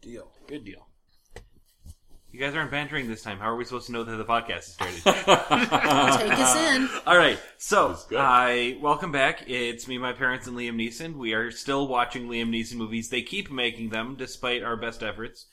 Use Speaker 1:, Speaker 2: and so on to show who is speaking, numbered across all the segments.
Speaker 1: deal. Good deal.
Speaker 2: You guys aren't bantering this time. How are we supposed to know that the podcast has started?
Speaker 3: Take us in.
Speaker 2: All right, so
Speaker 4: good.
Speaker 2: I welcome back. It's me, my parents, and Liam Neeson. We are still watching Liam Neeson movies. They keep making them despite our best efforts.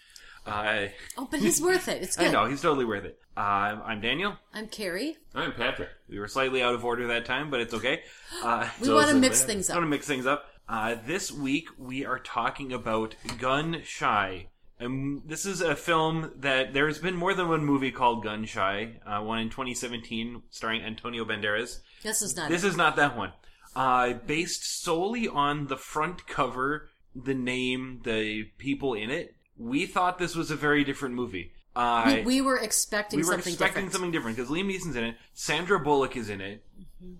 Speaker 2: Uh,
Speaker 3: Oh, but he's worth it. It's good.
Speaker 2: I know he's totally worth it. Um, I'm Daniel.
Speaker 3: I'm Carrie.
Speaker 4: I'm Patrick.
Speaker 2: We were slightly out of order that time, but it's okay. Uh,
Speaker 3: We
Speaker 4: So
Speaker 3: want to
Speaker 4: is it
Speaker 3: mix
Speaker 4: bad?
Speaker 3: things
Speaker 2: I'm
Speaker 3: up.
Speaker 2: gonna mix things up. Uh, this week we are talking about Gun Shy. Um, this is a film that there's been more than one movie called Gun Shy. Uh, one in 2017 starring Antonio Banderas.
Speaker 3: This is not.
Speaker 2: This is not that one. Uh, based solely on the front cover, the name, the people in it, we thought this was a very different movie. Uh,
Speaker 3: we, we were expecting
Speaker 2: we were
Speaker 3: something
Speaker 2: expecting
Speaker 3: different.
Speaker 2: something different because Liam Neeson's in it, Sandra Bullock is in it.
Speaker 3: Mm-hmm.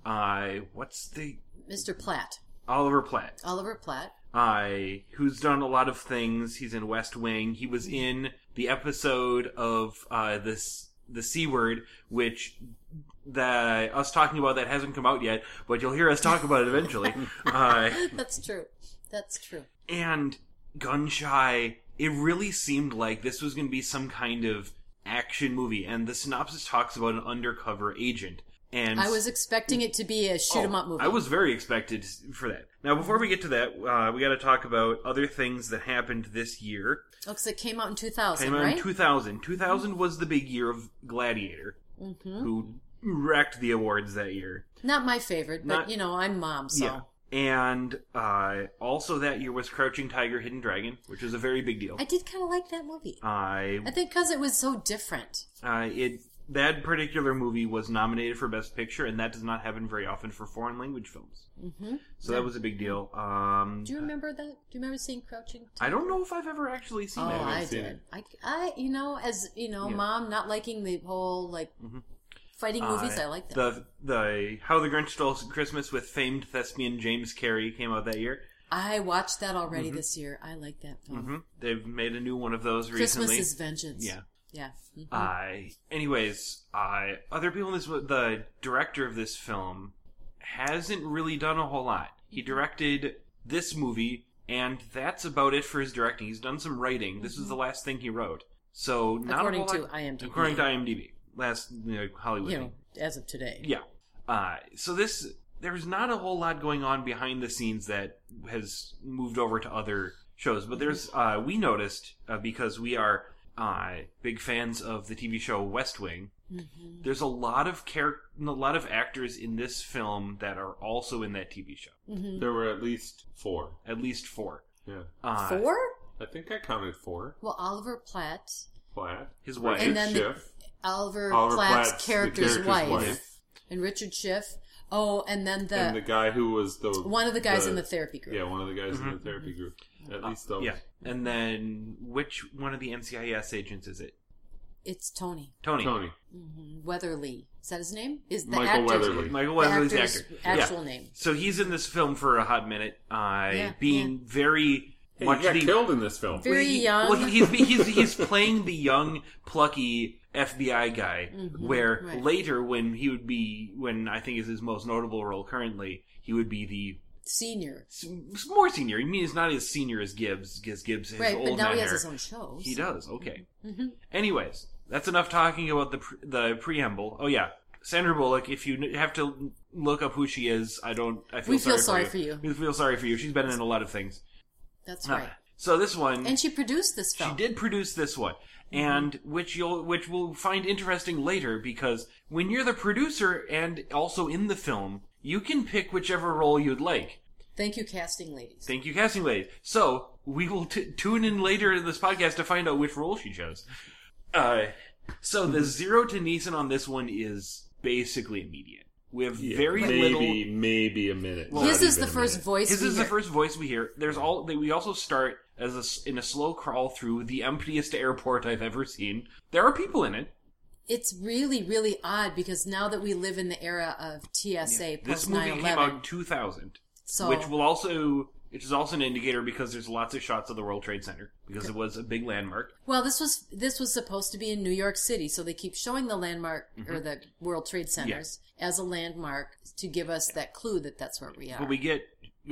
Speaker 2: Uh, what's the
Speaker 3: Mr. Platt,
Speaker 2: Oliver Platt?
Speaker 3: Oliver Platt.
Speaker 2: I who's done a lot of things. He's in West Wing. He
Speaker 3: Mm-hmm.
Speaker 2: was in the episode of uh, this the C word, which the us talking about that hasn't come out yet, but you'll hear us talk about it eventually. uh,
Speaker 3: That's true. That's true.
Speaker 2: and gun shy. It really seemed like this was going to be some kind of action movie, and the synopsis talks about an undercover agent. And
Speaker 3: I was expecting it to be a shoot 'em up movie.
Speaker 2: Oh, I was very expected for that. Now, before we get to that, uh, we got to talk about other things that happened this year.
Speaker 3: Oh, 'cause it came out in 2000,
Speaker 2: Came out
Speaker 3: right?
Speaker 2: in 2000. 2000 was the big year of Gladiator,
Speaker 3: Mm-hmm.
Speaker 2: who wrecked the awards that year.
Speaker 3: Not my favorite, but
Speaker 2: Not-
Speaker 3: you know, I'm mom, so
Speaker 2: And uh, also that year was Crouching Tiger, Hidden Dragon, which was a very big deal.
Speaker 3: I did kind of like that movie.
Speaker 2: I,
Speaker 3: I think because it was so different.
Speaker 2: uh, it that particular movie was nominated for Best Picture, and that does not happen very often for foreign language films.
Speaker 3: hmm
Speaker 2: So that was a big deal. Um,
Speaker 3: Do you remember that? Do you remember seeing Crouching?
Speaker 2: I don't know if I've ever actually seen
Speaker 3: Oh,
Speaker 2: that.
Speaker 3: I
Speaker 4: haven't seen
Speaker 3: did. I, I, you know, as you know,
Speaker 2: Yeah.
Speaker 3: mom not liking the whole like
Speaker 2: Mhm.
Speaker 3: fighting movies.
Speaker 2: Uh,
Speaker 3: I like that.
Speaker 2: The the How the Grinch Stole Christmas with famed thespian James Carey came out that year.
Speaker 3: I watched that already
Speaker 2: Mm-hmm.
Speaker 3: this year. I like that film.
Speaker 2: hmm They've made a new one of those
Speaker 3: Mm-hmm. Christmas
Speaker 2: recently.
Speaker 3: is vengeance.
Speaker 2: yeah. Uh,
Speaker 3: yeah. Mhm.
Speaker 2: I. anyways, I other people in this the director of this film hasn't really done a whole lot. He
Speaker 3: Mm-hmm.
Speaker 2: directed this movie, and that's about it for his directing. He's done some writing. This is the last thing he wrote. So not
Speaker 3: Mm-hmm. According
Speaker 2: a whole
Speaker 3: to
Speaker 2: lot,
Speaker 3: IMDb.
Speaker 2: according to IMDb, last you know, Hollywood.
Speaker 3: you
Speaker 2: thing.
Speaker 3: know, as of today.
Speaker 2: Yeah. Uh, so this there's not a whole lot going on behind the scenes that has moved over to other shows, but there's
Speaker 4: Mm-hmm.
Speaker 2: uh, we noticed uh, because we are uh, big fans of the TV show West Wing.
Speaker 3: Mm-hmm.
Speaker 2: There's a lot of char- a lot of actors in this film that are also in that TV show.
Speaker 3: hmm
Speaker 4: There were at least four.
Speaker 2: At least four.
Speaker 4: Yeah.
Speaker 2: Uh,
Speaker 3: Four?
Speaker 4: I think I counted four.
Speaker 3: Well, Oliver Platt,
Speaker 4: Flat.
Speaker 2: His wife.
Speaker 3: And then the-
Speaker 4: Schiff,
Speaker 3: Oliver,
Speaker 4: Oliver
Speaker 3: Platt's,
Speaker 4: Platt's the
Speaker 3: character's,
Speaker 4: character's
Speaker 3: wife,
Speaker 4: wife.
Speaker 3: and Richard Schiff. Oh, and then the,
Speaker 4: and the guy who was the
Speaker 3: one of the guys in the therapy group.
Speaker 4: Yeah, one of the guys in the
Speaker 2: Mhm.
Speaker 4: therapy group. At least those.
Speaker 2: Yeah. And then which one of the NCIS agents is it?
Speaker 3: It's Tony
Speaker 2: Tony.
Speaker 4: Tony.
Speaker 3: hmm Weatherly. Is that his name? Is the
Speaker 4: Michael
Speaker 3: actor's,
Speaker 4: Weatherly.
Speaker 2: Michael
Speaker 3: the
Speaker 2: Wesley's the
Speaker 3: actor's
Speaker 2: actor. Yeah.
Speaker 3: actual name?
Speaker 2: So he's in this film for a hot minute, uh,
Speaker 3: Yeah,
Speaker 2: being very
Speaker 4: Hey,
Speaker 2: much
Speaker 4: he got
Speaker 2: the
Speaker 4: killed in this film.
Speaker 3: Very
Speaker 2: well, he-
Speaker 3: young.
Speaker 2: Well, he's, he's he's playing the young, plucky FBI guy. where
Speaker 3: Mm-hmm, right.
Speaker 2: later, when he would be, when I think is his most notable role currently, he would be the
Speaker 3: Senior.
Speaker 2: s- s- more senior. I mean, he's not as senior as Gibbs, because Gibbs has
Speaker 3: Right,
Speaker 2: old
Speaker 3: but now
Speaker 2: man
Speaker 3: he has
Speaker 2: hair.
Speaker 3: his own show.
Speaker 2: He does. Okay.
Speaker 3: hmm
Speaker 2: Anyways, that's enough talking about the pre- the preamble. Oh yeah, Sandra Bullock. If you n- have to look up who she is, I don't. I feel
Speaker 3: We feel
Speaker 2: sorry,
Speaker 3: sorry for you.
Speaker 2: We feel sorry for you. She's been in a lot of things.
Speaker 3: That's
Speaker 2: Ah.
Speaker 3: right.
Speaker 2: So this one,
Speaker 3: And she Mm-hmm. produced this
Speaker 2: she
Speaker 3: film.
Speaker 2: did produce this one, and which you'll which we'll find interesting later because when you're the producer and also in the film, you can pick whichever role you'd like.
Speaker 3: Thank you, casting ladies.
Speaker 2: Thank you, casting ladies. So we will t- tune in later in this podcast to find out which role she chose. Uh, so
Speaker 4: Mm-hmm.
Speaker 2: the zero to Neeson on this one is basically immediate. We have
Speaker 4: Yeah,
Speaker 2: very
Speaker 4: maybe,
Speaker 2: little.
Speaker 4: maybe a minute.
Speaker 2: Well,
Speaker 3: His
Speaker 4: not
Speaker 3: is the
Speaker 4: even a
Speaker 3: first
Speaker 4: minute.
Speaker 3: voice.
Speaker 2: This
Speaker 3: we
Speaker 2: is the
Speaker 3: hear.
Speaker 2: first voice we hear. There's all. They, we also start as a s in a slow crawl through the emptiest airport I've ever seen. There are people in it.
Speaker 3: It's really, really odd because now that we live in the era of TSA
Speaker 2: This
Speaker 3: post
Speaker 2: movie
Speaker 3: 9
Speaker 2: came
Speaker 3: 11,
Speaker 2: out 2000,
Speaker 3: so
Speaker 2: which will also which is also an indicator because there's lots of shots of the World Trade Center because it was a big landmark.
Speaker 3: well, this was this was supposed to be in New York City, so they keep showing the landmark or
Speaker 2: Mm-hmm.
Speaker 3: the World Trade Centers as a landmark to give us that clue that that's where we are.
Speaker 2: But we get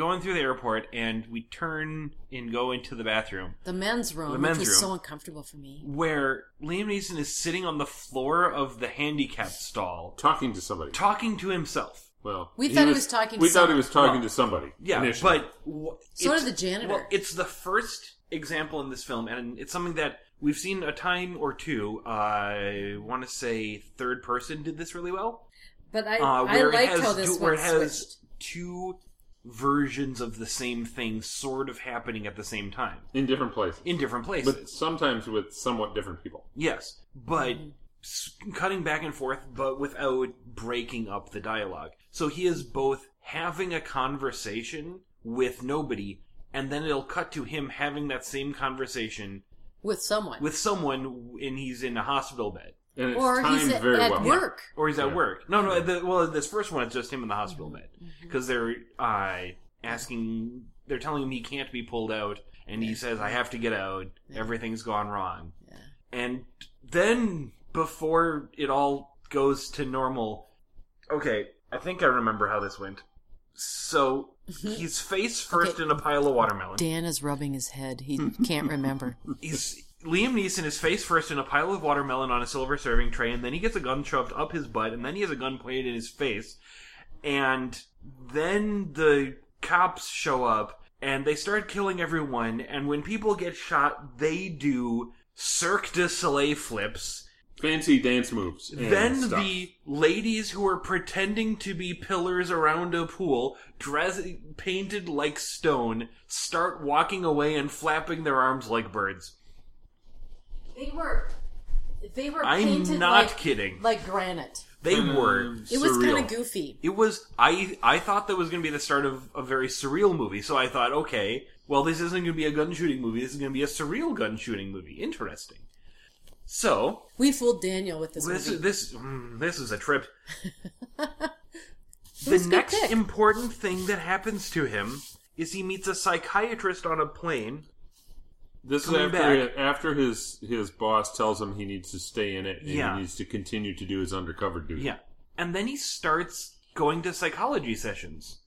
Speaker 2: going through the airport, and we turn and go into the bathroom
Speaker 3: The men's room,
Speaker 2: The men's
Speaker 3: which was
Speaker 2: room.
Speaker 3: so uncomfortable for me.
Speaker 2: where Liam Neeson is sitting on the floor of the handicapped stall
Speaker 4: Talking to somebody.
Speaker 2: talking to himself.
Speaker 4: Well,
Speaker 3: We thought he was talking to
Speaker 4: We thought
Speaker 3: somebody.
Speaker 4: he was talking to somebody.
Speaker 2: Yeah,
Speaker 4: initially.
Speaker 2: but w-
Speaker 3: So
Speaker 2: it's-
Speaker 3: did the janitor.
Speaker 2: Well, it's the first example in this film, and it's something that we've seen a time or two. Uh, I want to say third person did this really well.
Speaker 3: But I,
Speaker 2: Uh,
Speaker 3: I
Speaker 2: where it
Speaker 3: liked
Speaker 2: has
Speaker 3: how this
Speaker 2: two, where
Speaker 3: one
Speaker 2: it has
Speaker 3: switched.
Speaker 2: two versions of the same thing sort of happening at the same time
Speaker 4: in different places.
Speaker 2: in different places.
Speaker 4: But sometimes with somewhat different people.
Speaker 2: Yes, but
Speaker 3: Mm-hmm.
Speaker 2: s cutting back and forth, but without breaking up the dialogue. So he is both having a conversation with nobody, and then it'll cut to him having that same conversation
Speaker 3: with someone,
Speaker 2: with someone, and he's in a hospital bed.
Speaker 4: And it's
Speaker 3: or
Speaker 4: timed
Speaker 3: he's at,
Speaker 4: very
Speaker 3: at
Speaker 4: well.
Speaker 3: work.
Speaker 2: Or he's at
Speaker 4: Yeah.
Speaker 2: work. No, no. The, well, this first one is just him in the hospital bed
Speaker 3: Mm-hmm.
Speaker 2: because they're uh, asking, they're telling him he can't be pulled out, and he says, "I have to get out. Everything's gone wrong."
Speaker 3: Yeah.
Speaker 2: And then before it all goes to normal, okay, I think I remember how this went. So he's face first
Speaker 3: Mm-hmm. Okay.
Speaker 2: in a pile of watermelon.
Speaker 3: Dan is rubbing his head. He can't remember.
Speaker 2: He's Liam Neeson is face first in a pile of watermelon on a silver serving tray, and then he gets a gun shoved up his butt, and then he has a gun pointed in his face, and then the cops show up and they start killing everyone. And when people get shot, they do Cirque du Soleil flips.
Speaker 4: Fancy dance moves. and
Speaker 2: Then
Speaker 4: stuff.
Speaker 2: the ladies who are pretending to be pillars around a pool, dressed painted like stone, start walking away and flapping their arms like birds.
Speaker 3: They were, they were.
Speaker 2: I'm
Speaker 3: painted
Speaker 2: not
Speaker 3: like,
Speaker 2: kidding.
Speaker 3: Like granite.
Speaker 2: They
Speaker 4: Mm,
Speaker 2: were.
Speaker 3: It was
Speaker 4: surreal.
Speaker 3: kind of goofy.
Speaker 2: It was. I I thought that was going to be the start of a very surreal movie. So I thought, okay, well, this isn't going to be a gun shooting movie. This is going to be a surreal gun shooting movie. Interesting. So
Speaker 3: We fooled Daniel with this,
Speaker 2: this
Speaker 3: movie.
Speaker 2: this mm, this is a trip.
Speaker 3: It
Speaker 2: the
Speaker 3: was a good
Speaker 2: next
Speaker 3: pick.
Speaker 2: important thing that happens to him is he meets a psychiatrist on a plane.
Speaker 4: This is
Speaker 2: coming
Speaker 4: after after his his boss tells him he needs to stay in it and
Speaker 2: Yeah.
Speaker 4: he needs to continue to do his undercover duty.
Speaker 2: Yeah, and then he starts going to psychology sessions.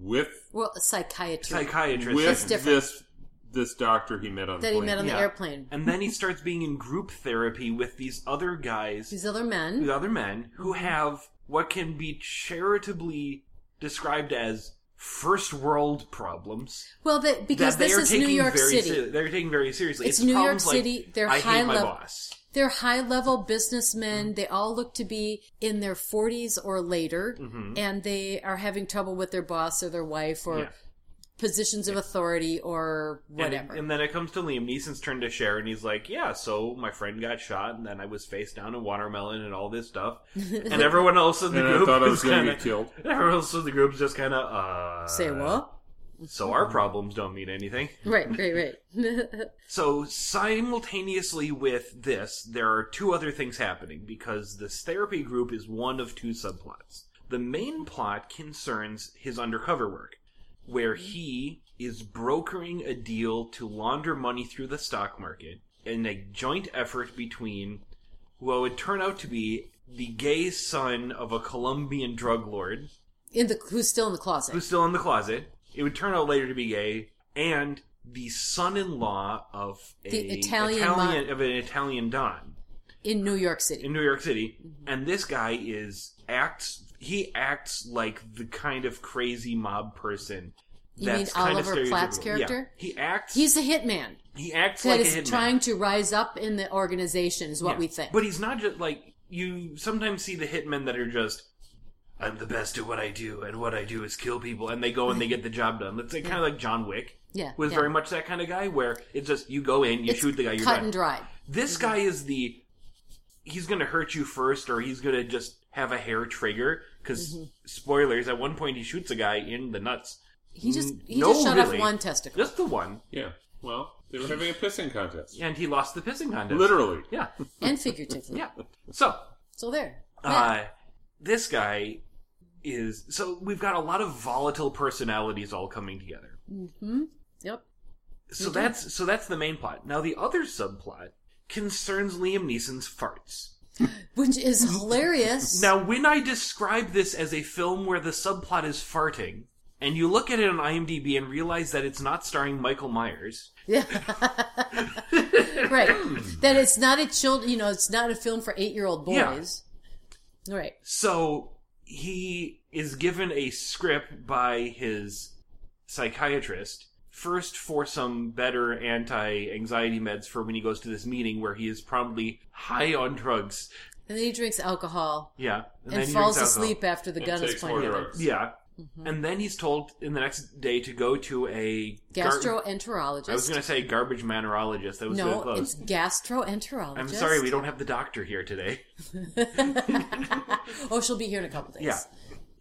Speaker 4: With
Speaker 3: well, a psychiatrist
Speaker 2: Psychiatrist
Speaker 4: with
Speaker 2: sessions.
Speaker 3: different.
Speaker 4: this this doctor he met on
Speaker 3: that
Speaker 4: the
Speaker 3: he
Speaker 4: plane.
Speaker 3: met on
Speaker 2: Yeah.
Speaker 3: the airplane.
Speaker 2: And then he starts being in group therapy with these other guys,
Speaker 3: These other men.
Speaker 2: with other men who have what can be charitably described as first world problems.
Speaker 3: Well, that because
Speaker 2: that they
Speaker 3: this
Speaker 2: are
Speaker 3: is
Speaker 2: taking
Speaker 3: New York
Speaker 2: very
Speaker 3: City.
Speaker 2: se- they're taking very seriously.
Speaker 3: It's New York
Speaker 2: problems like,
Speaker 3: City, they're
Speaker 2: I
Speaker 3: high
Speaker 2: hate my
Speaker 3: level-
Speaker 2: boss.
Speaker 3: They're high level businessmen. They all look to be in their 40s or later, and they are having trouble with their boss or their wife or
Speaker 2: Mm-hmm. Yeah.
Speaker 3: positions of authority or
Speaker 2: And,
Speaker 3: whatever.
Speaker 2: and then it comes to Liam Neeson's turn to share, and he's like, "Yeah, so my friend got shot, and then I was face down in watermelon and all this stuff, and everyone else in the
Speaker 4: And I
Speaker 2: group
Speaker 4: thought I
Speaker 2: is
Speaker 4: was gonna
Speaker 2: kinda-
Speaker 4: get killed.
Speaker 2: Everyone else in the group's just kind of uh,
Speaker 3: Say what?
Speaker 2: So our problems don't mean anything.
Speaker 3: Right, right, right.
Speaker 2: So simultaneously with this, there are two other things happening because this therapy group is one of two subplots. The main plot concerns his undercover work, where he is brokering a deal to launder money through the stock market in a joint effort between what would turn out to be the gay son of a Colombian drug lord
Speaker 3: in the who's still in the closet?
Speaker 2: who's still in the closet. It would turn out later to be gay, and the son-in-law of a
Speaker 3: The Italian
Speaker 2: Italian- of an Italian don
Speaker 3: in New York City.
Speaker 2: in New York City,
Speaker 3: Mm-hmm.
Speaker 2: and this guy is acts. He acts like the kind of crazy mob person.
Speaker 3: You mean
Speaker 2: that's kind
Speaker 3: Oliver
Speaker 2: of
Speaker 3: Platt's
Speaker 2: stereotypical.
Speaker 3: character?
Speaker 2: Yeah. He acts.
Speaker 3: He's a hitman
Speaker 2: he acts
Speaker 3: that
Speaker 2: like a
Speaker 3: is
Speaker 2: hitman.
Speaker 3: trying to rise up in the organization, is what
Speaker 2: Yeah.
Speaker 3: we think.
Speaker 2: But he's not just like you sometimes see the hitmen that are just I'm the best at what I do, and what I do is kill people, and they go and they get the job done. That's like, kind of like John Wick.
Speaker 3: Yeah,
Speaker 2: was
Speaker 3: yeah.
Speaker 2: very much that kind of guy where it's just you go in, you
Speaker 3: It's
Speaker 2: shoot the guy, you're
Speaker 3: cut
Speaker 2: done.
Speaker 3: and dry. Mm-hmm.
Speaker 2: This guy is the he's going to hurt you first, or he's going to just have a hair trigger. Because
Speaker 3: Mm-hmm.
Speaker 2: spoilers, at one point he shoots a guy in the nuts,
Speaker 3: He just he
Speaker 2: No,
Speaker 3: just shot off
Speaker 2: really.
Speaker 3: one testicle.
Speaker 2: just the one,
Speaker 4: Yeah. Well, they were having a pissing contest.
Speaker 2: and he lost the pissing contest.
Speaker 4: Literally.
Speaker 2: yeah,
Speaker 3: and figuratively.
Speaker 2: yeah. So
Speaker 3: So there.
Speaker 2: Uh, this guy is so we've got a lot of volatile personalities all coming together.
Speaker 3: Yep.
Speaker 2: So
Speaker 3: Mm-hmm.
Speaker 2: that's so that's the main plot. Now the other subplot concerns Liam Neeson's farts.
Speaker 3: Which is hilarious.
Speaker 2: Now when I describe this as a film where the subplot is farting, and you look at it on IMDb and realize that it's not starring Michael Myers.
Speaker 3: Yeah. right. That it's not a child, you know, it's not a film for eight year old
Speaker 2: Yeah.
Speaker 3: boys. Right.
Speaker 2: So he is given a script by his psychiatrist, first for some better anti anxiety meds for when he goes to this meeting where he is probably high on drugs.
Speaker 3: And then he drinks alcohol
Speaker 2: Yeah.
Speaker 3: and,
Speaker 2: then he
Speaker 3: falls
Speaker 2: drinks alcohol.
Speaker 3: asleep Mm-hmm. after the
Speaker 4: And
Speaker 3: gun is
Speaker 4: takes more
Speaker 3: pointed at him.
Speaker 4: drugs.
Speaker 2: Yeah. And then he's told in the next day to go to a gar-
Speaker 3: Gastroenterologist.
Speaker 2: I was going to say garbage manorologist. That was really
Speaker 3: no,
Speaker 2: close.
Speaker 3: it's gastroenterologist.
Speaker 2: I'm sorry, we don't have the doctor here today.
Speaker 3: oh, she'll be here in a couple days.
Speaker 2: Yeah.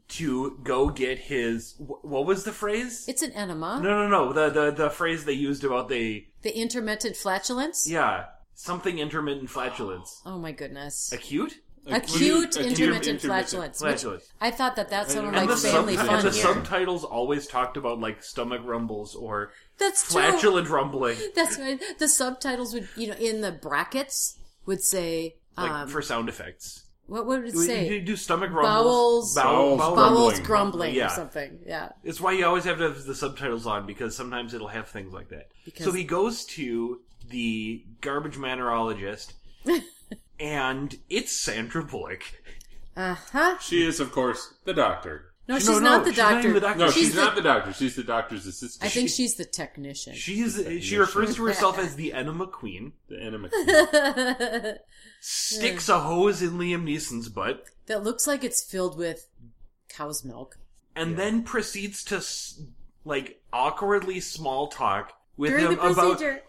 Speaker 2: To go get his. wh- What was the phrase?
Speaker 3: It's an enema.
Speaker 2: No, no, no. The, the the phrase they used about the
Speaker 3: The intermittent flatulence.
Speaker 2: yeah something intermittent flatulence.
Speaker 3: Oh my goodness.
Speaker 2: Acute
Speaker 3: Acute, intermittent,
Speaker 4: intermittent
Speaker 3: flatulence. which
Speaker 2: flatulence.
Speaker 3: I thought that that sounded
Speaker 4: And
Speaker 3: like
Speaker 2: the, sub-
Speaker 3: family
Speaker 2: and
Speaker 3: fun
Speaker 2: the
Speaker 3: here.
Speaker 2: subtitles always talked about like stomach rumbles or
Speaker 3: That's true.
Speaker 2: flatulent rumbling,
Speaker 3: That's right. The subtitles would, you know, in the brackets would say,
Speaker 2: like
Speaker 3: um,
Speaker 2: for sound effects.
Speaker 3: what would it
Speaker 2: You- You
Speaker 3: say?
Speaker 2: do stomach rumbles, bowel-
Speaker 3: Bowels-
Speaker 4: Bowels
Speaker 2: bowel
Speaker 4: grumbling.
Speaker 3: Bowels grumbling
Speaker 2: Yeah.
Speaker 3: or something. Yeah.
Speaker 2: It's why you always have to have the subtitles on because sometimes it'll have things like that.
Speaker 3: Because-
Speaker 2: so he goes to the garbage manorologist, and it's Sandra Bullock.
Speaker 3: Uh huh.
Speaker 4: She is, of course, the doctor.
Speaker 3: No, she's
Speaker 2: No, no,
Speaker 3: not the
Speaker 2: she's not
Speaker 3: doctor.
Speaker 2: even the doctor.
Speaker 4: No, she's,
Speaker 3: she's, the,
Speaker 4: not the doctor. She's the doctor's assistant.
Speaker 3: I think she's the technician.
Speaker 2: She's she refers to herself as the enema queen.
Speaker 4: the enema.
Speaker 2: Sticks a hose in Liam Neeson's butt,
Speaker 3: that looks like it's filled with cow's milk.
Speaker 2: and then proceeds to s- like awkwardly small talk with
Speaker 3: During
Speaker 2: him
Speaker 3: the
Speaker 2: about
Speaker 3: procedure.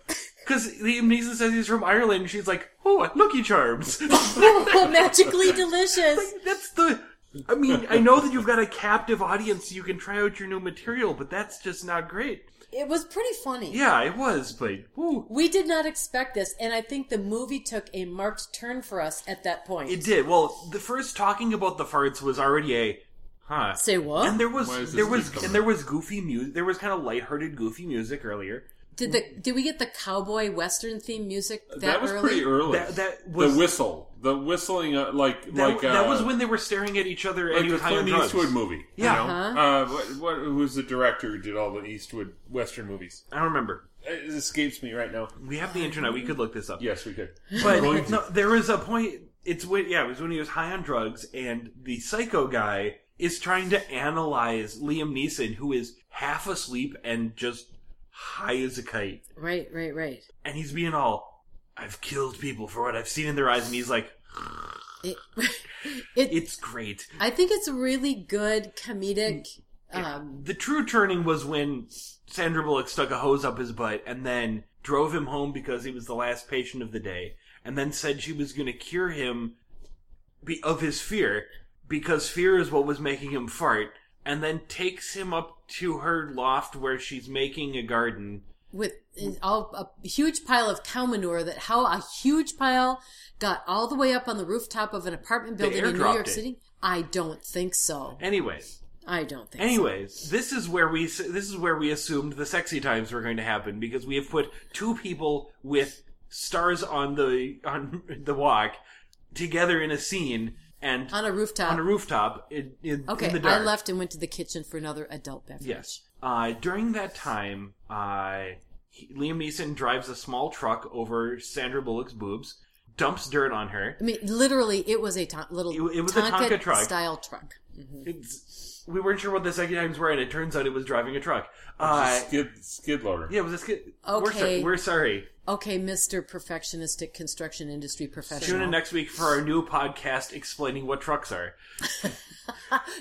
Speaker 2: because Liam Neeson says he's from Ireland. She's like, "Oh, Lucky Charms."
Speaker 3: oh, magically delicious.
Speaker 2: That's the. I mean, I know that you've got a captive audience, so you can try out your new material, but that's just not great.
Speaker 3: It was pretty funny.
Speaker 2: Yeah, it was, but woo,
Speaker 3: We did not expect this, and I think the movie took a marked turn for us at that point.
Speaker 2: it did. Well, the first talking about the farts was already a, huh?
Speaker 3: Say what?
Speaker 2: And there
Speaker 4: Why is
Speaker 2: was
Speaker 4: this
Speaker 2: there was
Speaker 4: keep coming?
Speaker 2: and there was goofy music. There was kind of lighthearted goofy music earlier.
Speaker 3: Did the did we get the cowboy western theme music that,
Speaker 4: that, was
Speaker 3: early?
Speaker 4: pretty early.
Speaker 2: That- that was-
Speaker 4: the whistle. The whistling, uh, like
Speaker 2: That,
Speaker 4: like uh,
Speaker 2: that was when they were staring at each other
Speaker 4: like
Speaker 2: and he
Speaker 4: the
Speaker 2: was high on
Speaker 4: Clint
Speaker 2: drugs.
Speaker 4: Eastwood movie.
Speaker 2: Yeah.
Speaker 4: you know?
Speaker 3: Uh-huh.
Speaker 4: uh, what, what who was the director who did all the Eastwood Western movies?
Speaker 2: I don't remember.
Speaker 4: It escapes me right now.
Speaker 2: We have the internet. We could look this up.
Speaker 4: Yes, we could.
Speaker 2: But no, there was a point. It's when yeah, it was when he was high on drugs, and the psycho guy is trying to analyze Liam Neeson, who is half asleep and just high as a kite,
Speaker 3: Right, right, right.
Speaker 2: and he's being all, "I've killed people for what I've seen in their eyes," and he's like,
Speaker 3: It, it,
Speaker 2: "It's great."
Speaker 3: I think it's a really good comedic. Um,
Speaker 2: The true turning was when Sandra Bullock stuck a hose up his butt and then drove him home because he was the last patient of the day, and then said she was going to cure him be- of his fear because fear is what was making him fart, and then takes him up to her loft where she's making a garden.
Speaker 3: with in all a huge pile of cow manure that how a huge pile got all the way up on the rooftop of an apartment
Speaker 2: They
Speaker 3: building in New
Speaker 2: airdropped
Speaker 3: York
Speaker 2: it.
Speaker 3: City. I don't think so.
Speaker 2: Anyways,
Speaker 3: I don't think. so.
Speaker 2: anyways, this is where we s- this is where we assumed the sexy times were going to happen because we have put two people with stars on the on the walk together in a scene and
Speaker 3: on a rooftop.
Speaker 2: on a rooftop in, in,
Speaker 3: okay,
Speaker 2: in the dark.
Speaker 3: I left and went to the kitchen for another adult beverage.
Speaker 2: Yes. Uh, during that time, uh, he- Liam Neeson drives a small truck over Sandra Bullock's boobs, dumps dirt on her.
Speaker 3: I mean, literally, it was a ton- little
Speaker 2: It- it was a
Speaker 3: Tonka,
Speaker 2: Tonka truck.
Speaker 3: style truck.
Speaker 2: It's, we weren't sure what the second times were, and it turns out it was driving a truck. Uh,
Speaker 4: Just skid skid loader.
Speaker 2: yeah, it was a skid. We're,
Speaker 3: Okay.
Speaker 2: so- we're sorry.
Speaker 3: Okay, Mister Perfectionistic Construction Industry
Speaker 2: Tune in
Speaker 3: Professional,
Speaker 2: next week for our new podcast explaining what trucks are.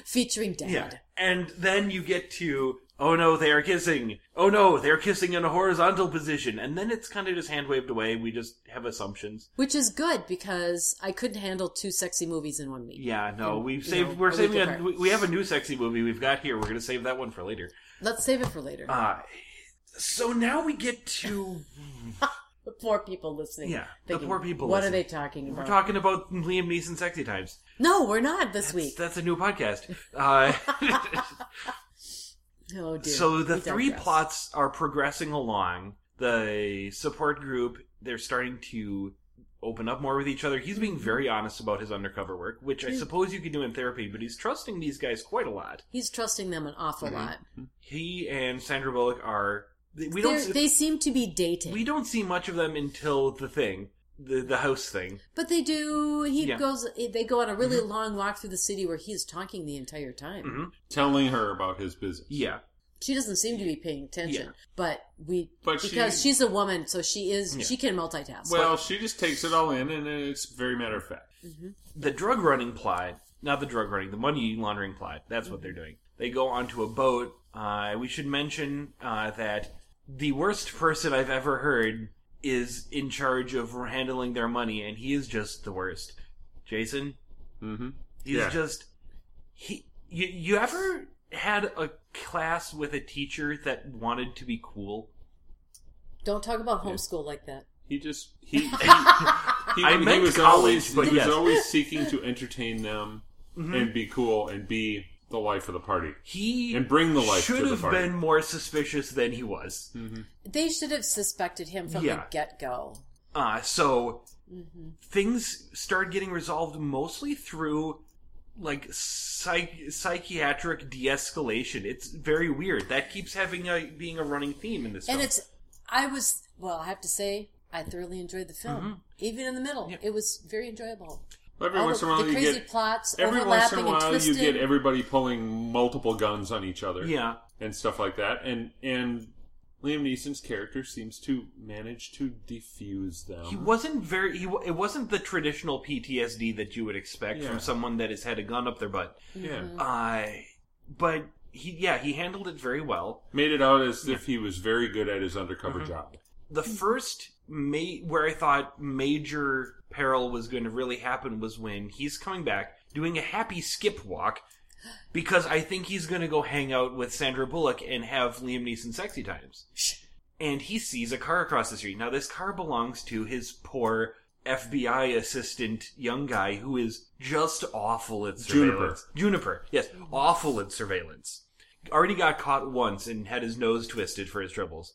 Speaker 3: featuring Dad.
Speaker 2: Yeah. And then you get to, oh no, they are kissing. Oh no, they're kissing in a horizontal position. And then it's kind of just hand waved away. We just have assumptions.
Speaker 3: Which is good because I couldn't handle two sexy movies in one week.
Speaker 2: Yeah, no, we've
Speaker 3: Hmm. you
Speaker 2: saved.
Speaker 3: know, a
Speaker 2: we're
Speaker 3: week
Speaker 2: saving. A,
Speaker 3: apart.
Speaker 2: we- we have a new sexy movie we've got here. We're gonna save that one for later.
Speaker 3: Let's save it for later.
Speaker 2: Uh, so now we get to
Speaker 3: the poor people listening.
Speaker 2: yeah, the
Speaker 3: thinking,
Speaker 2: poor people.
Speaker 3: What
Speaker 2: listen.
Speaker 3: are they talking about?
Speaker 2: We're talking about Liam Neeson sexy times.
Speaker 3: no, we're not this week.
Speaker 2: That's a new podcast. Uh,
Speaker 3: oh dear.
Speaker 2: so the
Speaker 3: We
Speaker 2: three
Speaker 3: digress.
Speaker 2: plots are progressing along. The support group they're starting to open up more with each other. He's
Speaker 3: Mm-hmm.
Speaker 2: being very honest about his undercover work, which I suppose you could do in therapy, but he's trusting these guys quite a lot.
Speaker 3: He's trusting them an awful
Speaker 2: Mhm.
Speaker 3: lot.
Speaker 2: He and Sandra Bullock are we don't
Speaker 3: They're- they seem to be dating,
Speaker 2: we don't see much of them until the thing, the the house thing.
Speaker 3: but they do. He
Speaker 2: Yeah.
Speaker 3: goes. They go on a really long walk through the city where he is talking the entire time.
Speaker 2: Mhm.
Speaker 4: telling her about his business.
Speaker 2: Yeah.
Speaker 3: She doesn't seem to be paying attention,
Speaker 2: Yeah.
Speaker 3: but we
Speaker 4: But she-
Speaker 3: because she's a woman, so she is she can multitask.
Speaker 4: Well, she just takes it all in, and it's very matter of fact.
Speaker 2: the drug running plot, not the drug running, the money laundering plot. That's what
Speaker 4: Mm-hmm.
Speaker 2: they're doing. They go onto a boat. Uh, we should mention uh, that the worst person I've ever heard is in charge of handling their money, and he is just the worst. Jason,
Speaker 4: Mm-hmm.
Speaker 2: he's
Speaker 4: Yeah.
Speaker 2: just he. You, you ever had a class with a teacher that wanted to be cool?
Speaker 3: Don't talk about homeschool like that.
Speaker 4: He just he he, he,
Speaker 2: I
Speaker 4: he
Speaker 2: meant
Speaker 4: was
Speaker 2: college,
Speaker 4: always
Speaker 2: but
Speaker 4: he
Speaker 2: yes.
Speaker 4: was always seeking to entertain them
Speaker 3: Mm-hmm.
Speaker 4: and be cool and be the life of the party.
Speaker 2: He
Speaker 4: And bring the life to
Speaker 2: should
Speaker 4: the
Speaker 2: have
Speaker 4: party.
Speaker 2: been more suspicious than he was.
Speaker 3: They should have suspected him from
Speaker 2: Yeah.
Speaker 3: the get go.
Speaker 2: Uh, so things start getting resolved mostly through like psych- psychiatric de-escalation. It's very weird. That keeps having a being a running theme in this.
Speaker 3: And
Speaker 2: film.
Speaker 3: it's I was well, I have to say I thoroughly enjoyed the film, even in the middle. It was very enjoyable.
Speaker 4: Mm-hmm. Every
Speaker 3: All
Speaker 4: once in a while
Speaker 3: Oh, the, the
Speaker 4: you
Speaker 3: crazy
Speaker 4: get
Speaker 3: plots,
Speaker 4: every once in a
Speaker 3: overlapping and
Speaker 4: while you
Speaker 3: twisted.
Speaker 4: get everybody pulling multiple guns on each other.
Speaker 2: yeah,
Speaker 4: and stuff like that. And and Liam Neeson's character seems to manage to defuse them.
Speaker 2: he wasn't very. He wa- it wasn't the traditional PTSD that you would expect
Speaker 4: Yeah.
Speaker 2: from someone that has had a gun up their butt.
Speaker 4: yeah,
Speaker 2: Uh, but he yeah he handled it very well.
Speaker 4: made it out as if he was very good at his undercover job.
Speaker 2: the first ma- where I thought major peril was going to really happen was when he's coming back doing a happy skip walk because I think he's going to go hang out with Sandra Bullock and have Liam Neeson sexy times. And he sees a car across the street. Now this car belongs to his poor FBI assistant young guy who is just awful at
Speaker 4: Juniper.
Speaker 2: surveillance. Juniper. Yes, awful at surveillance. Already got caught once and had his nose twisted for his troubles.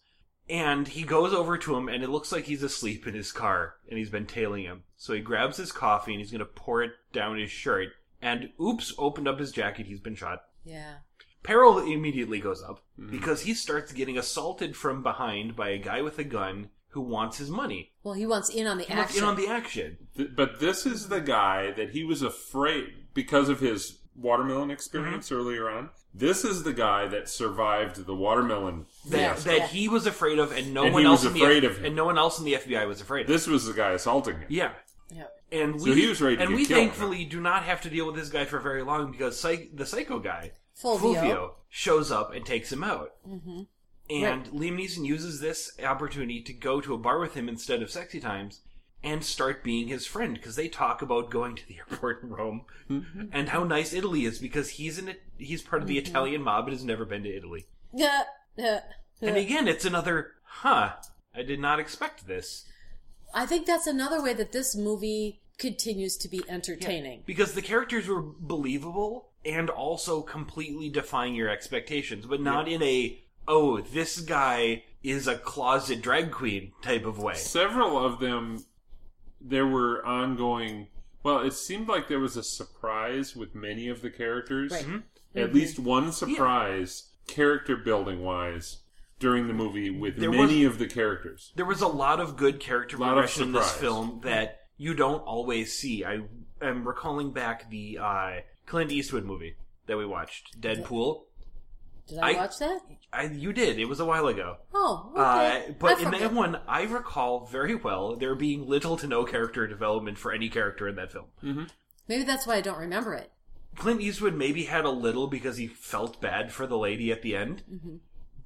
Speaker 2: And he goes over to him, and it looks like he's asleep in his car, and he's been tailing him. So he grabs his coffee, and he's going to pour it down his shirt. And oops, opened up his jacket. He's been shot.
Speaker 3: yeah.
Speaker 2: Peril immediately goes up
Speaker 4: Mm-hmm.
Speaker 2: because he starts getting assaulted from behind by a guy with a gun who wants his money.
Speaker 3: Well, he wants in on the
Speaker 2: He wants
Speaker 3: action.
Speaker 2: in on the action.
Speaker 4: Th- but this is the guy that he was afraid because of his watermelon experience earlier on. This is the guy that survived the watermelon.
Speaker 2: That,
Speaker 3: Yeah.
Speaker 2: that he was afraid of, and no
Speaker 4: And
Speaker 2: one
Speaker 4: he
Speaker 2: else
Speaker 4: was
Speaker 2: in the
Speaker 4: afraid
Speaker 2: F-
Speaker 4: of him.
Speaker 2: and no one else in the FBI was afraid. of him.
Speaker 4: This was the guy assaulting him.
Speaker 2: Yeah,
Speaker 3: yeah.
Speaker 2: and we
Speaker 4: So he was ready to
Speaker 2: and
Speaker 4: get
Speaker 2: we
Speaker 4: killed.
Speaker 2: thankfully do not have to deal with this guy for very long because psych- the psycho guy
Speaker 3: Fulvio.
Speaker 2: Fulvio shows up and takes him out. And Liam Neeson uses this opportunity to go to a bar with him instead of sexy times and start being his friend because they talk about going to the airport in Rome and how nice Italy is because he's in he's part of the Italian mob and has never been to Italy.
Speaker 3: Yeah. yeah.
Speaker 2: And again, it's another huh. I did not expect this
Speaker 3: I think that's another way that this movie continues to be entertaining.
Speaker 2: because the characters were believable and also completely defying your expectations, but not in a oh this guy is a closet drag queen type of way.
Speaker 4: Several of them, there were ongoing. Well, it seemed like there was a surprise with many of the characters.
Speaker 3: Right.
Speaker 2: Mm-hmm.
Speaker 3: Mhm.
Speaker 4: At least one surprise, character building wise, during the movie with
Speaker 2: There
Speaker 4: many of the characters.
Speaker 2: there was a lot of good character
Speaker 4: Lot of
Speaker 2: progression in this
Speaker 4: surprise.
Speaker 2: film that you don't always see. I am recalling back the uh, Clint Eastwood movie that we watched, Deadpool.
Speaker 3: Did I,
Speaker 2: I-
Speaker 3: watch that?
Speaker 2: I, you did. It was a while ago.
Speaker 3: Oh, okay.
Speaker 2: Uh, but
Speaker 3: I
Speaker 2: in
Speaker 3: forget.
Speaker 2: that one, I recall very well there being little to no character development for any character in that film.
Speaker 3: maybe that's why I don't remember it.
Speaker 2: Clint Eastwood maybe had a little because he felt bad for the lady at the end,
Speaker 3: Mm-hmm.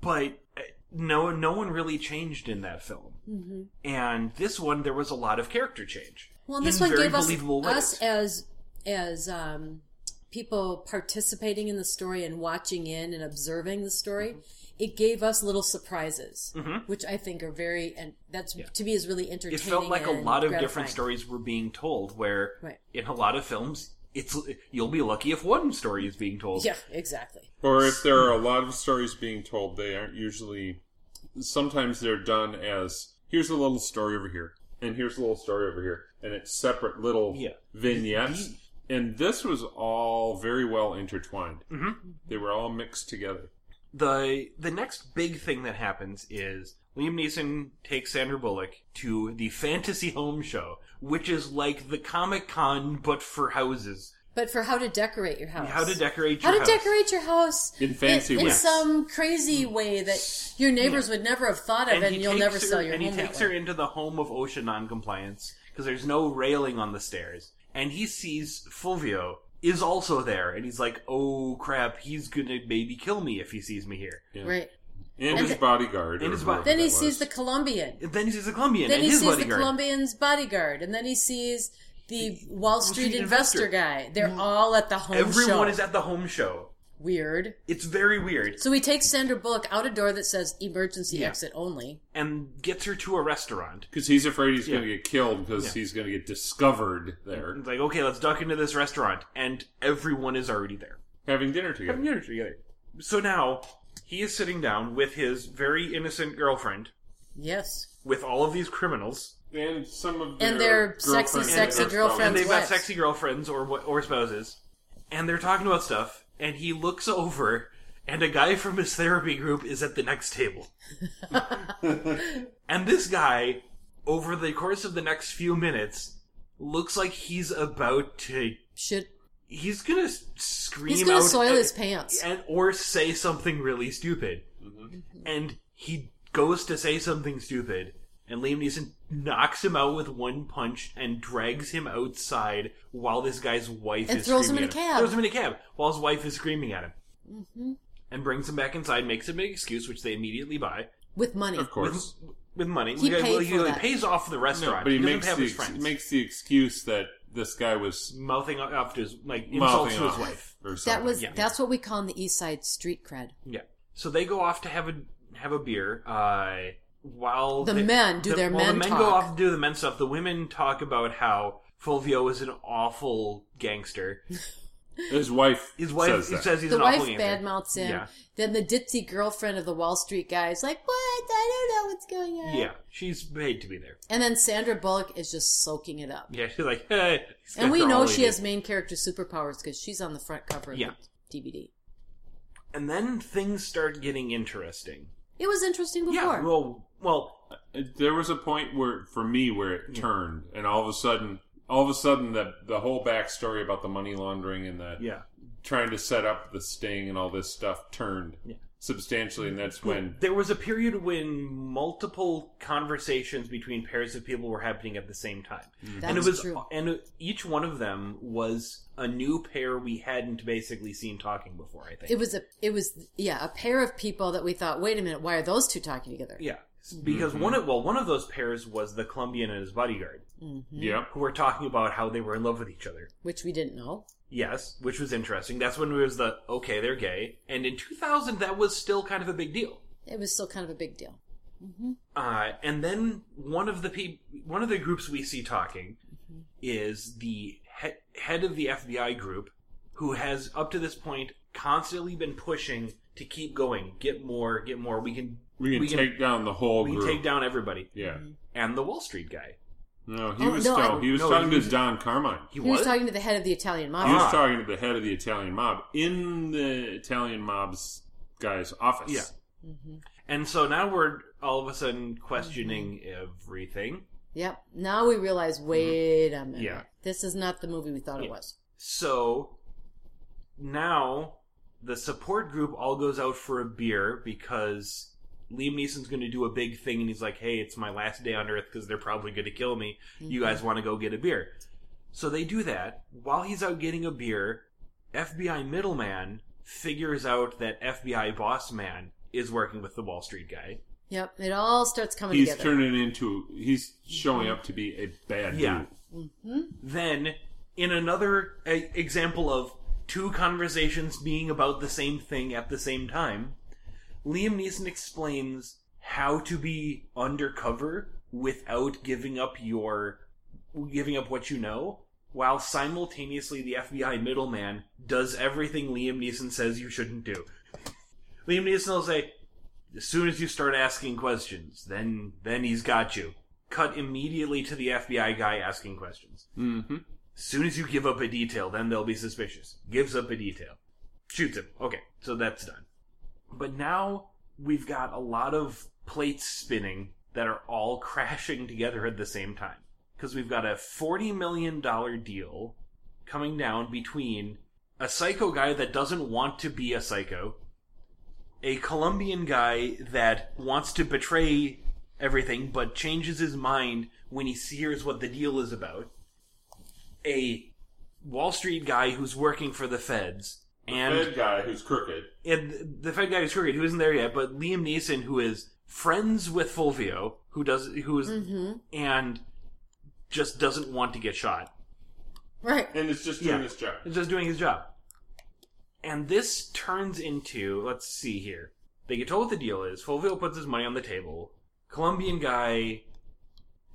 Speaker 2: but uh, no, no one really changed in that film. And this one, there was a lot of character change.
Speaker 3: Mm-hmm. Well, and this
Speaker 2: in
Speaker 3: one
Speaker 2: very
Speaker 3: gave us
Speaker 2: believable ways.
Speaker 3: us as as um, people participating in the story and watching in and observing the story.
Speaker 2: Mm-hmm.
Speaker 3: It gave us little surprises, which I think are very and that's to me is really entertaining.
Speaker 2: it felt like a
Speaker 3: and
Speaker 2: lot of
Speaker 3: gratifying.
Speaker 2: different stories were being told. Where
Speaker 3: Right.
Speaker 2: in a lot of films, it's you'll be lucky if one story is being told.
Speaker 3: Yeah, exactly.
Speaker 4: Or if there are a lot of stories being told, they aren't usually. Sometimes they're done as here's a little story over here. and here's a little story over here, and it's separate little
Speaker 2: Yeah.
Speaker 4: vignettes. And this was all very well intertwined.
Speaker 2: Mhm.
Speaker 4: They were all mixed together.
Speaker 2: the the next big thing that happens is Liam Neeson takes Sandra Bullock to the Fantasy Home Show, which is like the Comic Con but for houses.
Speaker 3: But for how to decorate your house.
Speaker 2: How to decorate your
Speaker 3: How to
Speaker 2: house.
Speaker 3: decorate your house
Speaker 4: In fancy
Speaker 3: in, in
Speaker 4: ways.
Speaker 3: some crazy way that your neighbors would never have thought of, and,
Speaker 2: he
Speaker 3: you'll
Speaker 2: takes
Speaker 3: never
Speaker 2: her-
Speaker 3: sell your
Speaker 2: And
Speaker 3: home.
Speaker 2: he takes
Speaker 3: that
Speaker 2: her
Speaker 3: way.
Speaker 2: into the home of OSHA noncompliance because there's no railing on the stairs. And he sees Fulvio is also there, and he's like, "Oh crap, he's gonna maybe kill me if he sees me here."
Speaker 4: Yeah.
Speaker 3: right.
Speaker 4: And, his
Speaker 3: the-
Speaker 4: bodyguard.
Speaker 2: and
Speaker 4: or
Speaker 2: his bo-
Speaker 4: whoever
Speaker 3: Then he
Speaker 4: that was.
Speaker 3: sees the Colombian.
Speaker 2: And then he sees the Colombian
Speaker 3: Then
Speaker 2: and
Speaker 3: he
Speaker 2: his
Speaker 3: sees the
Speaker 2: bodyguard.
Speaker 3: Colombian's bodyguard, and then he sees the Wall Street,
Speaker 2: Street
Speaker 3: investor,
Speaker 2: investor.
Speaker 3: guy. They're all at the home
Speaker 2: Mm. Everyone
Speaker 3: show.
Speaker 2: is at the home show.
Speaker 3: Weird.
Speaker 2: It's very weird.
Speaker 3: So he takes Sandra Bullock out a door that says emergency
Speaker 2: Yeah.
Speaker 3: exit only.
Speaker 2: and gets her to a restaurant.
Speaker 4: Because he's afraid he's
Speaker 2: Yeah.
Speaker 4: going to get killed because
Speaker 2: Yeah. Mm-hmm.
Speaker 4: he's going to get discovered there
Speaker 2: It's like, okay, let's duck into this restaurant, and everyone is already there.
Speaker 4: having dinner together.
Speaker 2: Dinner together. So now he is sitting down with his very innocent girlfriend,
Speaker 3: Yes.
Speaker 2: with all of these criminals,
Speaker 4: And some of
Speaker 3: And
Speaker 4: their
Speaker 3: their sexy,
Speaker 4: girlfriends
Speaker 3: sexy
Speaker 4: and their
Speaker 2: and
Speaker 3: girlfriends.
Speaker 4: spouses.
Speaker 2: they've got
Speaker 3: wives.
Speaker 2: sexy girlfriends or wha- or spouses, and they're talking about stuff. And he looks over, and a guy from his therapy group is at the next table. and this guy, over the course of the next few minutes, looks like he's about to
Speaker 3: Should
Speaker 2: he's gonna s- scream.
Speaker 3: he's gonna
Speaker 2: out uh,
Speaker 3: soil
Speaker 2: and-
Speaker 3: his pants.
Speaker 2: and or say something really stupid,
Speaker 4: Mm-hmm.
Speaker 2: and he goes to say something stupid, and Liam Neeson knocks him out with one punch and drags him outside while this guy's wife
Speaker 3: And
Speaker 2: is
Speaker 3: throws
Speaker 2: screaming
Speaker 3: him in a
Speaker 2: at
Speaker 3: cab. Mm-hmm.
Speaker 2: Throws him in a cab while his wife is screaming at him. And brings him back inside, makes him an excuse, which they immediately buy
Speaker 3: With money.
Speaker 4: Of
Speaker 2: Mm-hmm.
Speaker 4: course.
Speaker 2: with money.
Speaker 3: He
Speaker 2: well,
Speaker 3: paid
Speaker 2: he
Speaker 3: for
Speaker 2: like,
Speaker 3: that.
Speaker 2: pays off the
Speaker 4: No,
Speaker 2: restaurant,
Speaker 4: but he,
Speaker 2: doesn't
Speaker 4: makes,
Speaker 2: have
Speaker 4: the
Speaker 2: his
Speaker 4: ex-
Speaker 2: friends.
Speaker 4: makes the excuse that this guy was
Speaker 2: mouthing off to his like insults
Speaker 4: mouthing
Speaker 2: to his
Speaker 4: off
Speaker 2: wife.
Speaker 4: Or
Speaker 3: That
Speaker 4: something.
Speaker 3: was
Speaker 2: Yeah.
Speaker 3: that's what we call in the East Side street cred.
Speaker 2: Yeah. So they go off to have a have a beer. Uh, while
Speaker 3: The
Speaker 2: they-
Speaker 3: men do their
Speaker 2: while
Speaker 3: men
Speaker 2: the men go
Speaker 3: talk.
Speaker 2: off and do the men stuff. The women talk about how Fulvio is an awful gangster.
Speaker 4: his wife.
Speaker 2: His wife
Speaker 4: says
Speaker 2: he
Speaker 4: that.
Speaker 2: says he's
Speaker 3: the
Speaker 2: an
Speaker 3: wife
Speaker 2: awful gangster.
Speaker 3: badmouths him.
Speaker 2: Yeah.
Speaker 3: Then the ditzy girlfriend of the Wall Street guy is like, "What? I don't know what's going on."
Speaker 2: Yeah, she's paid to be there.
Speaker 3: And then Sandra Bullock is just soaking it up.
Speaker 2: Yeah, she's like, hey. these
Speaker 3: and
Speaker 2: guys
Speaker 3: we
Speaker 2: are
Speaker 3: know
Speaker 2: all
Speaker 3: she
Speaker 2: idiots.
Speaker 3: has main character superpowers because she's on the front cover of
Speaker 2: Yeah.
Speaker 3: the DVD.
Speaker 2: And then things start getting interesting.
Speaker 3: It was interesting before.
Speaker 2: Yeah. Well, well,
Speaker 4: Uh, there was a point where for me where it turned and all of a sudden all of a sudden the the whole backstory about the money laundering and the
Speaker 2: yeah.
Speaker 4: trying to set up the sting and all this stuff turned
Speaker 2: Yeah.
Speaker 4: substantially and that's when
Speaker 2: There was a period when multiple conversations between pairs of people were happening at the same time. and it
Speaker 3: That's
Speaker 2: was
Speaker 3: Mm-hmm. true.
Speaker 2: and each one of them was a new pair we hadn't basically seen talking before, I think.
Speaker 3: It was a it was yeah a pair of people that we thought wait a minute why are those two talking together
Speaker 2: yeah. Because
Speaker 3: Mm-hmm.
Speaker 2: one of well, one of those pairs was the Colombian and his bodyguard,
Speaker 4: yeah
Speaker 2: who were talking about how they were in love with each other.
Speaker 3: which we didn't know
Speaker 2: Yes, which was interesting. That's when it was the okay, they're gay. And in two thousand that was still kind of a big deal.
Speaker 3: it was still kind of a big deal
Speaker 2: Uh, and then one of the peop one of the groups we see talking is the he- head of the FBI group, who has up to this point constantly been pushing to keep going, get more, get more. We can
Speaker 4: we can
Speaker 2: we can,
Speaker 4: take down the whole
Speaker 2: we can
Speaker 4: group
Speaker 2: take down everybody.
Speaker 4: yeah
Speaker 2: And the Wall Street guy.
Speaker 4: no he
Speaker 3: Oh,
Speaker 4: was
Speaker 3: no,
Speaker 4: still
Speaker 3: I-
Speaker 4: he was
Speaker 2: no,
Speaker 4: talking
Speaker 2: he
Speaker 4: to Don Carmine
Speaker 2: He,
Speaker 3: he was talking to the head of the Italian
Speaker 4: he
Speaker 3: mob
Speaker 2: Ah.
Speaker 4: was talking to the head of the Italian mob in the Italian mob's guy's office
Speaker 2: Yeah.
Speaker 3: Mm-hmm.
Speaker 2: and so now we're all of a sudden questioning everything.
Speaker 3: yep now we realize wait a minute
Speaker 2: Mm-hmm. Yeah.
Speaker 3: this is not the movie we thought it was
Speaker 2: So now the support group all goes out for a beer because Liam Neeson's going to do a big thing and he's like, hey, it's my last day on Earth because they're probably going to kill me. You
Speaker 3: Mm-hmm.
Speaker 2: guys want to go get a beer. So they do that. While he's out getting a beer, FBI middleman figures out that FBI boss man is working with the Wall Street guy.
Speaker 3: yep it all starts coming
Speaker 4: he's
Speaker 3: together
Speaker 4: turning into he's showing up to be a bad
Speaker 2: Mm-hmm. Yeah.
Speaker 4: dude
Speaker 2: Then, in another uh, example of two conversations being about the same thing at the same time, Liam Neeson explains how to be undercover without giving up your giving up what you know, while simultaneously the FBI middleman does everything Liam Neeson says you shouldn't do. Liam Neeson will say, "As soon as you start asking questions, then then he's got you." cut immediately to the FBI guy asking questions.
Speaker 4: Mm-hmm.
Speaker 2: Soon as you give up a detail, then they'll be suspicious. Gives up a detail. Shoots him. Okay, so that's done. But now we've got a lot of plates spinning that are all crashing together at the same time. Because we've got a $40 million deal coming down between a psycho guy that doesn't want to be a psycho, a Colombian guy that wants to betray everything but changes his mind when he hears what the deal is about, a Wall Street guy who's working for the feds, and
Speaker 4: Fed guy who's crooked.
Speaker 2: and the Fed guy is crooked, who isn't there yet, but Liam Neeson, who is friends with Fulvio, who does who is-
Speaker 3: Mm. Mm-hmm.
Speaker 2: and just doesn't want to get shot,
Speaker 3: Right.
Speaker 4: And it's just doing
Speaker 2: Yeah.
Speaker 4: its job.
Speaker 2: is just doing his job. And this turns into let's see here. They get told what the deal is. Fulvio puts his money on the table. Colombian guy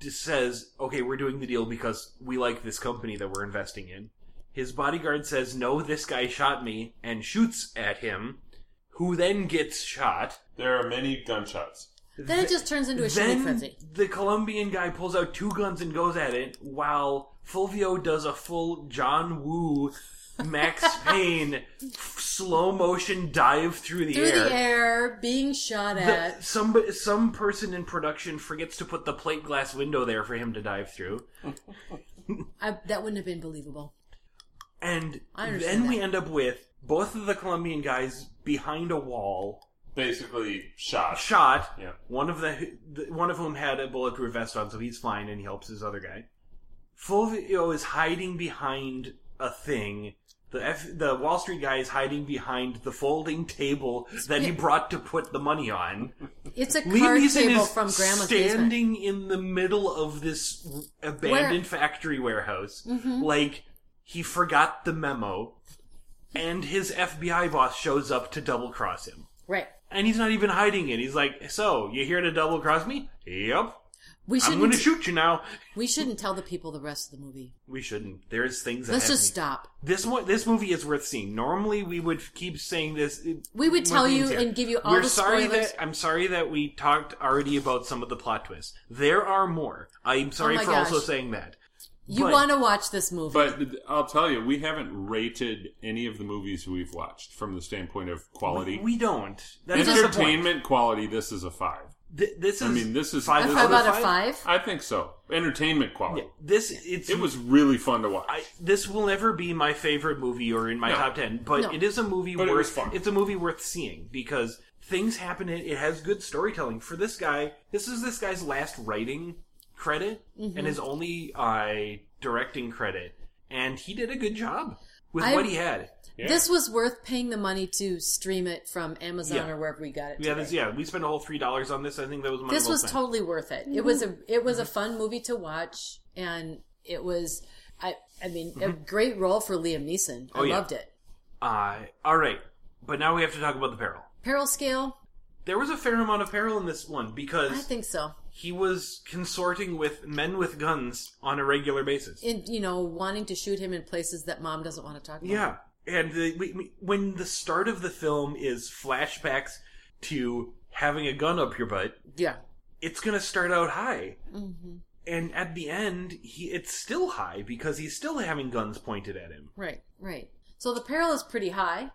Speaker 2: just says, "Okay, we're doing the deal because we like this company that we're investing in." His bodyguard says, "No, this guy shot me," and shoots at him, who then gets shot.
Speaker 4: There are many gunshots.
Speaker 3: Then it just turns into a shooting frenzy.
Speaker 2: the Colombian guy pulls out two guns and goes at it, while Fulvio does a full John Woo, Max Payne slow motion dive through the
Speaker 3: Through
Speaker 2: air.
Speaker 3: the air, being shot
Speaker 2: The-
Speaker 3: at.
Speaker 2: some some person in production forgets to put the plate glass window there for him to dive through,
Speaker 3: I, that wouldn't have been believable.
Speaker 2: and
Speaker 3: I
Speaker 2: then
Speaker 3: understand
Speaker 2: we
Speaker 3: that.
Speaker 2: end up with both of the Colombian guys behind a wall,
Speaker 4: Basically, shot.
Speaker 2: shot.
Speaker 4: Yeah.
Speaker 2: One of the, the one of whom had a bulletproof vest on, so he's fine and he helps his other guy. Fulvio is hiding behind a thing. The F, the Wall Street guy is hiding behind the folding table that he brought to put the money on.
Speaker 3: It's a
Speaker 2: Liam
Speaker 3: card
Speaker 2: Neeson
Speaker 3: table
Speaker 2: is
Speaker 3: from Grandma's basement.
Speaker 2: standing in the middle of this abandoned factory warehouse,
Speaker 3: Mm-hmm.
Speaker 2: like he forgot the memo, and his FBI boss shows up to double cross him.
Speaker 3: Right.
Speaker 2: And he's not even hiding it. He's like, "So you here to double cross me? Yep.
Speaker 3: We
Speaker 2: I'm
Speaker 3: shouldn't.
Speaker 2: going to shoot you now."
Speaker 3: we shouldn't tell the people the rest of the movie.
Speaker 2: We shouldn't. There's things. That
Speaker 3: Let's just
Speaker 2: happen.
Speaker 3: stop.
Speaker 2: This one, this movie is worth seeing. Normally, we would keep saying this. it-
Speaker 3: We would
Speaker 2: my
Speaker 3: tell
Speaker 2: themes
Speaker 3: you
Speaker 2: here.
Speaker 3: and give you all
Speaker 2: We're
Speaker 3: the
Speaker 2: sorry
Speaker 3: spoilers.
Speaker 2: That, I'm sorry that we talked already about some of the plot twists. There are more. I'm sorry
Speaker 3: Oh my
Speaker 2: for also
Speaker 3: gosh.
Speaker 2: saying that.
Speaker 3: You
Speaker 2: but-
Speaker 3: want to watch this movie.
Speaker 4: But I'll tell you, we haven't rated any of the movies we've watched from the standpoint of quality.
Speaker 2: We don't. That's just the point.
Speaker 4: Entertainment quality, this is a five.
Speaker 2: Th- this is.
Speaker 4: I mean, this is-
Speaker 3: a
Speaker 4: this
Speaker 3: five
Speaker 4: other
Speaker 3: out of five?
Speaker 4: I think so. Entertainment
Speaker 2: Yeah,
Speaker 4: quality.
Speaker 2: this it's
Speaker 4: It was really fun to watch.
Speaker 2: I, this will never be my favorite movie or in my
Speaker 4: No.
Speaker 2: top ten, but
Speaker 3: No.
Speaker 2: it is a movie
Speaker 4: But it was
Speaker 2: worth.
Speaker 4: fun.
Speaker 2: it's a movie worth seeing because things happen. in It It has good storytelling for this guy. This is this guy's last writing credit and
Speaker 3: Mm-hmm.
Speaker 2: his only uh, directing credit, and he did a good job with
Speaker 3: I-
Speaker 2: what he had.
Speaker 4: Yeah.
Speaker 3: This was worth paying the money to stream it from Amazon
Speaker 2: Yeah.
Speaker 3: or wherever we got it.
Speaker 2: Yeah,
Speaker 3: today.
Speaker 2: this, yeah. We spent a whole three dollars on this. I think that was money
Speaker 3: this
Speaker 2: well
Speaker 3: was
Speaker 2: spent.
Speaker 3: totally worth it. It was a it was a fun movie to watch, and it was I I mean a great role for Liam Neeson.
Speaker 2: Mm-hmm.
Speaker 3: I
Speaker 2: Oh, yeah.
Speaker 3: loved it.
Speaker 2: Uh, all right, but now we have to talk about the peril.
Speaker 3: Peril scale,
Speaker 2: There was a fair amount of peril in this one because
Speaker 3: I think so.
Speaker 2: he was consorting with men with guns on a regular basis.
Speaker 3: And you know, wanting to shoot him in places that mom doesn't want to talk about.
Speaker 2: Yeah, and the, we, we- when the start of the film is flashbacks to having a gun up your butt,
Speaker 3: yeah.
Speaker 2: it's gonna start out high,
Speaker 3: Mm-hmm.
Speaker 2: and at the end, he it's still high because he's still having guns pointed at him.
Speaker 3: Right, right. So the peril is pretty high,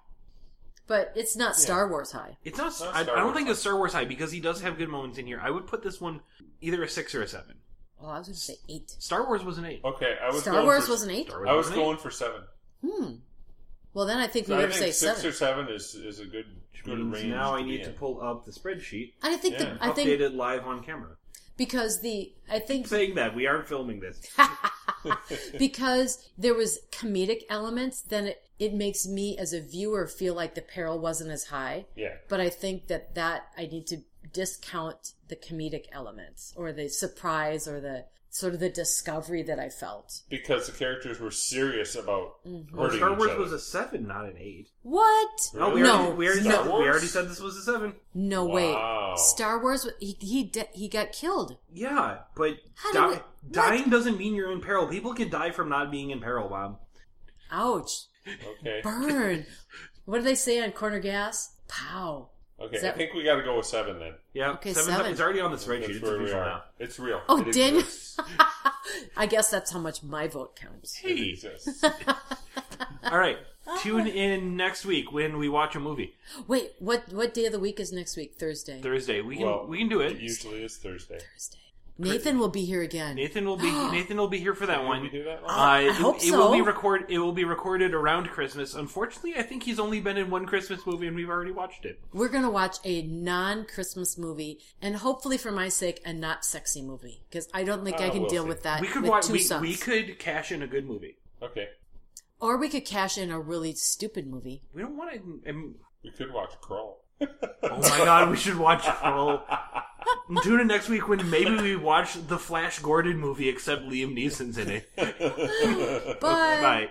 Speaker 3: but it's not Star Wars high.
Speaker 2: It's not.
Speaker 4: Not
Speaker 2: I, I
Speaker 4: Star
Speaker 2: don't
Speaker 4: Wars
Speaker 2: think it's Star Wars high because he does have good moments in here. I would put this one either a six or a seven.
Speaker 3: Oh, I was going to say eight.
Speaker 2: Star Wars was an eight.
Speaker 4: okay, I was
Speaker 3: Star
Speaker 4: going
Speaker 3: Wars
Speaker 4: for,
Speaker 3: was an eight.
Speaker 2: Star Wars
Speaker 4: Oh, I was
Speaker 2: an eight.
Speaker 4: going for seven.
Speaker 3: Hmm. Well, then I think we
Speaker 4: I
Speaker 3: would
Speaker 4: think
Speaker 3: say
Speaker 4: six
Speaker 3: seven.
Speaker 4: or seven is is a good good range.
Speaker 2: now I
Speaker 4: be
Speaker 2: need to
Speaker 4: in.
Speaker 2: pull up the spreadsheet.
Speaker 3: I think
Speaker 4: Yeah.
Speaker 3: the, I
Speaker 2: update
Speaker 3: think
Speaker 2: it live on camera.
Speaker 3: because the I think
Speaker 2: saying that we aren't filming this.
Speaker 3: because there was comedic elements, then it, it makes me as a viewer feel like the peril wasn't as high.
Speaker 4: Yeah,
Speaker 3: But I think that that I need to discount the comedic elements or the surprise or the sort of the discovery that I felt.
Speaker 4: because the characters were serious about
Speaker 2: Well,
Speaker 4: hurting
Speaker 2: Star
Speaker 4: each
Speaker 2: Wars
Speaker 4: other.
Speaker 2: was a seven, not an eight.
Speaker 3: What?
Speaker 2: No, we
Speaker 3: No,
Speaker 2: already, we already,
Speaker 4: Star
Speaker 2: said, we
Speaker 4: Wars?
Speaker 2: already said this was a seven.
Speaker 3: No
Speaker 4: Wow.
Speaker 3: way. Star Wars. He he de- he got killed.
Speaker 2: Yeah, but
Speaker 3: How
Speaker 2: di-
Speaker 3: do we-
Speaker 2: dying doesn't mean you're in peril. People can die from not being in peril, Bob.
Speaker 3: Ouch.
Speaker 4: okay.
Speaker 3: Burn. what do they say on corner gas? Pow.
Speaker 4: Okay,
Speaker 3: Is that-
Speaker 4: I think we got to go with seven then.
Speaker 2: Yeah,
Speaker 3: Okay,
Speaker 2: seven's
Speaker 3: seven.
Speaker 2: Up, it's already on the spreadsheet.
Speaker 4: That's
Speaker 2: It's
Speaker 4: where we
Speaker 2: official
Speaker 4: are.
Speaker 2: now.
Speaker 4: It's real.
Speaker 3: Oh,
Speaker 4: it
Speaker 3: did-
Speaker 4: exists.
Speaker 3: I guess that's how much my vote counts.
Speaker 4: It
Speaker 2: Hey,
Speaker 4: exists.
Speaker 2: all right. Tune in next week when we watch a movie.
Speaker 3: Wait, what what day of the week is next week? Thursday.
Speaker 2: Thursday. We can
Speaker 4: Well,
Speaker 2: we can do it.
Speaker 4: usually is Thursday.
Speaker 3: Thursday. Nathan will be here again.
Speaker 2: Nathan will be Nathan will be here for that
Speaker 4: Did we
Speaker 2: one.
Speaker 4: do that?
Speaker 2: Uh,
Speaker 4: one?
Speaker 2: it,
Speaker 3: hope
Speaker 2: it will be
Speaker 3: so.
Speaker 2: record. It will be recorded around Christmas. Unfortunately, I think he's only been in one Christmas movie, and we've already watched it.
Speaker 3: We're going to watch a non-Christmas movie and hopefully for my sake a not sexy movie because I don't think I
Speaker 4: Ah,
Speaker 3: can
Speaker 4: we'll
Speaker 3: deal
Speaker 4: see.
Speaker 3: with that.
Speaker 2: Uh, We could
Speaker 3: with
Speaker 2: watch.
Speaker 3: two
Speaker 2: We,
Speaker 3: subs.
Speaker 2: we could cash in a good movie.
Speaker 4: okay,
Speaker 3: Or we could cash in a really stupid movie.
Speaker 2: We don't want to. I mean,
Speaker 4: we could watch Crawl.
Speaker 2: oh my god, we should watch Troll. Tune in next week when maybe we
Speaker 3: Uh,
Speaker 2: watch the Flash Gordon movie, except Liam Neeson's in it.
Speaker 3: But
Speaker 2: Bye.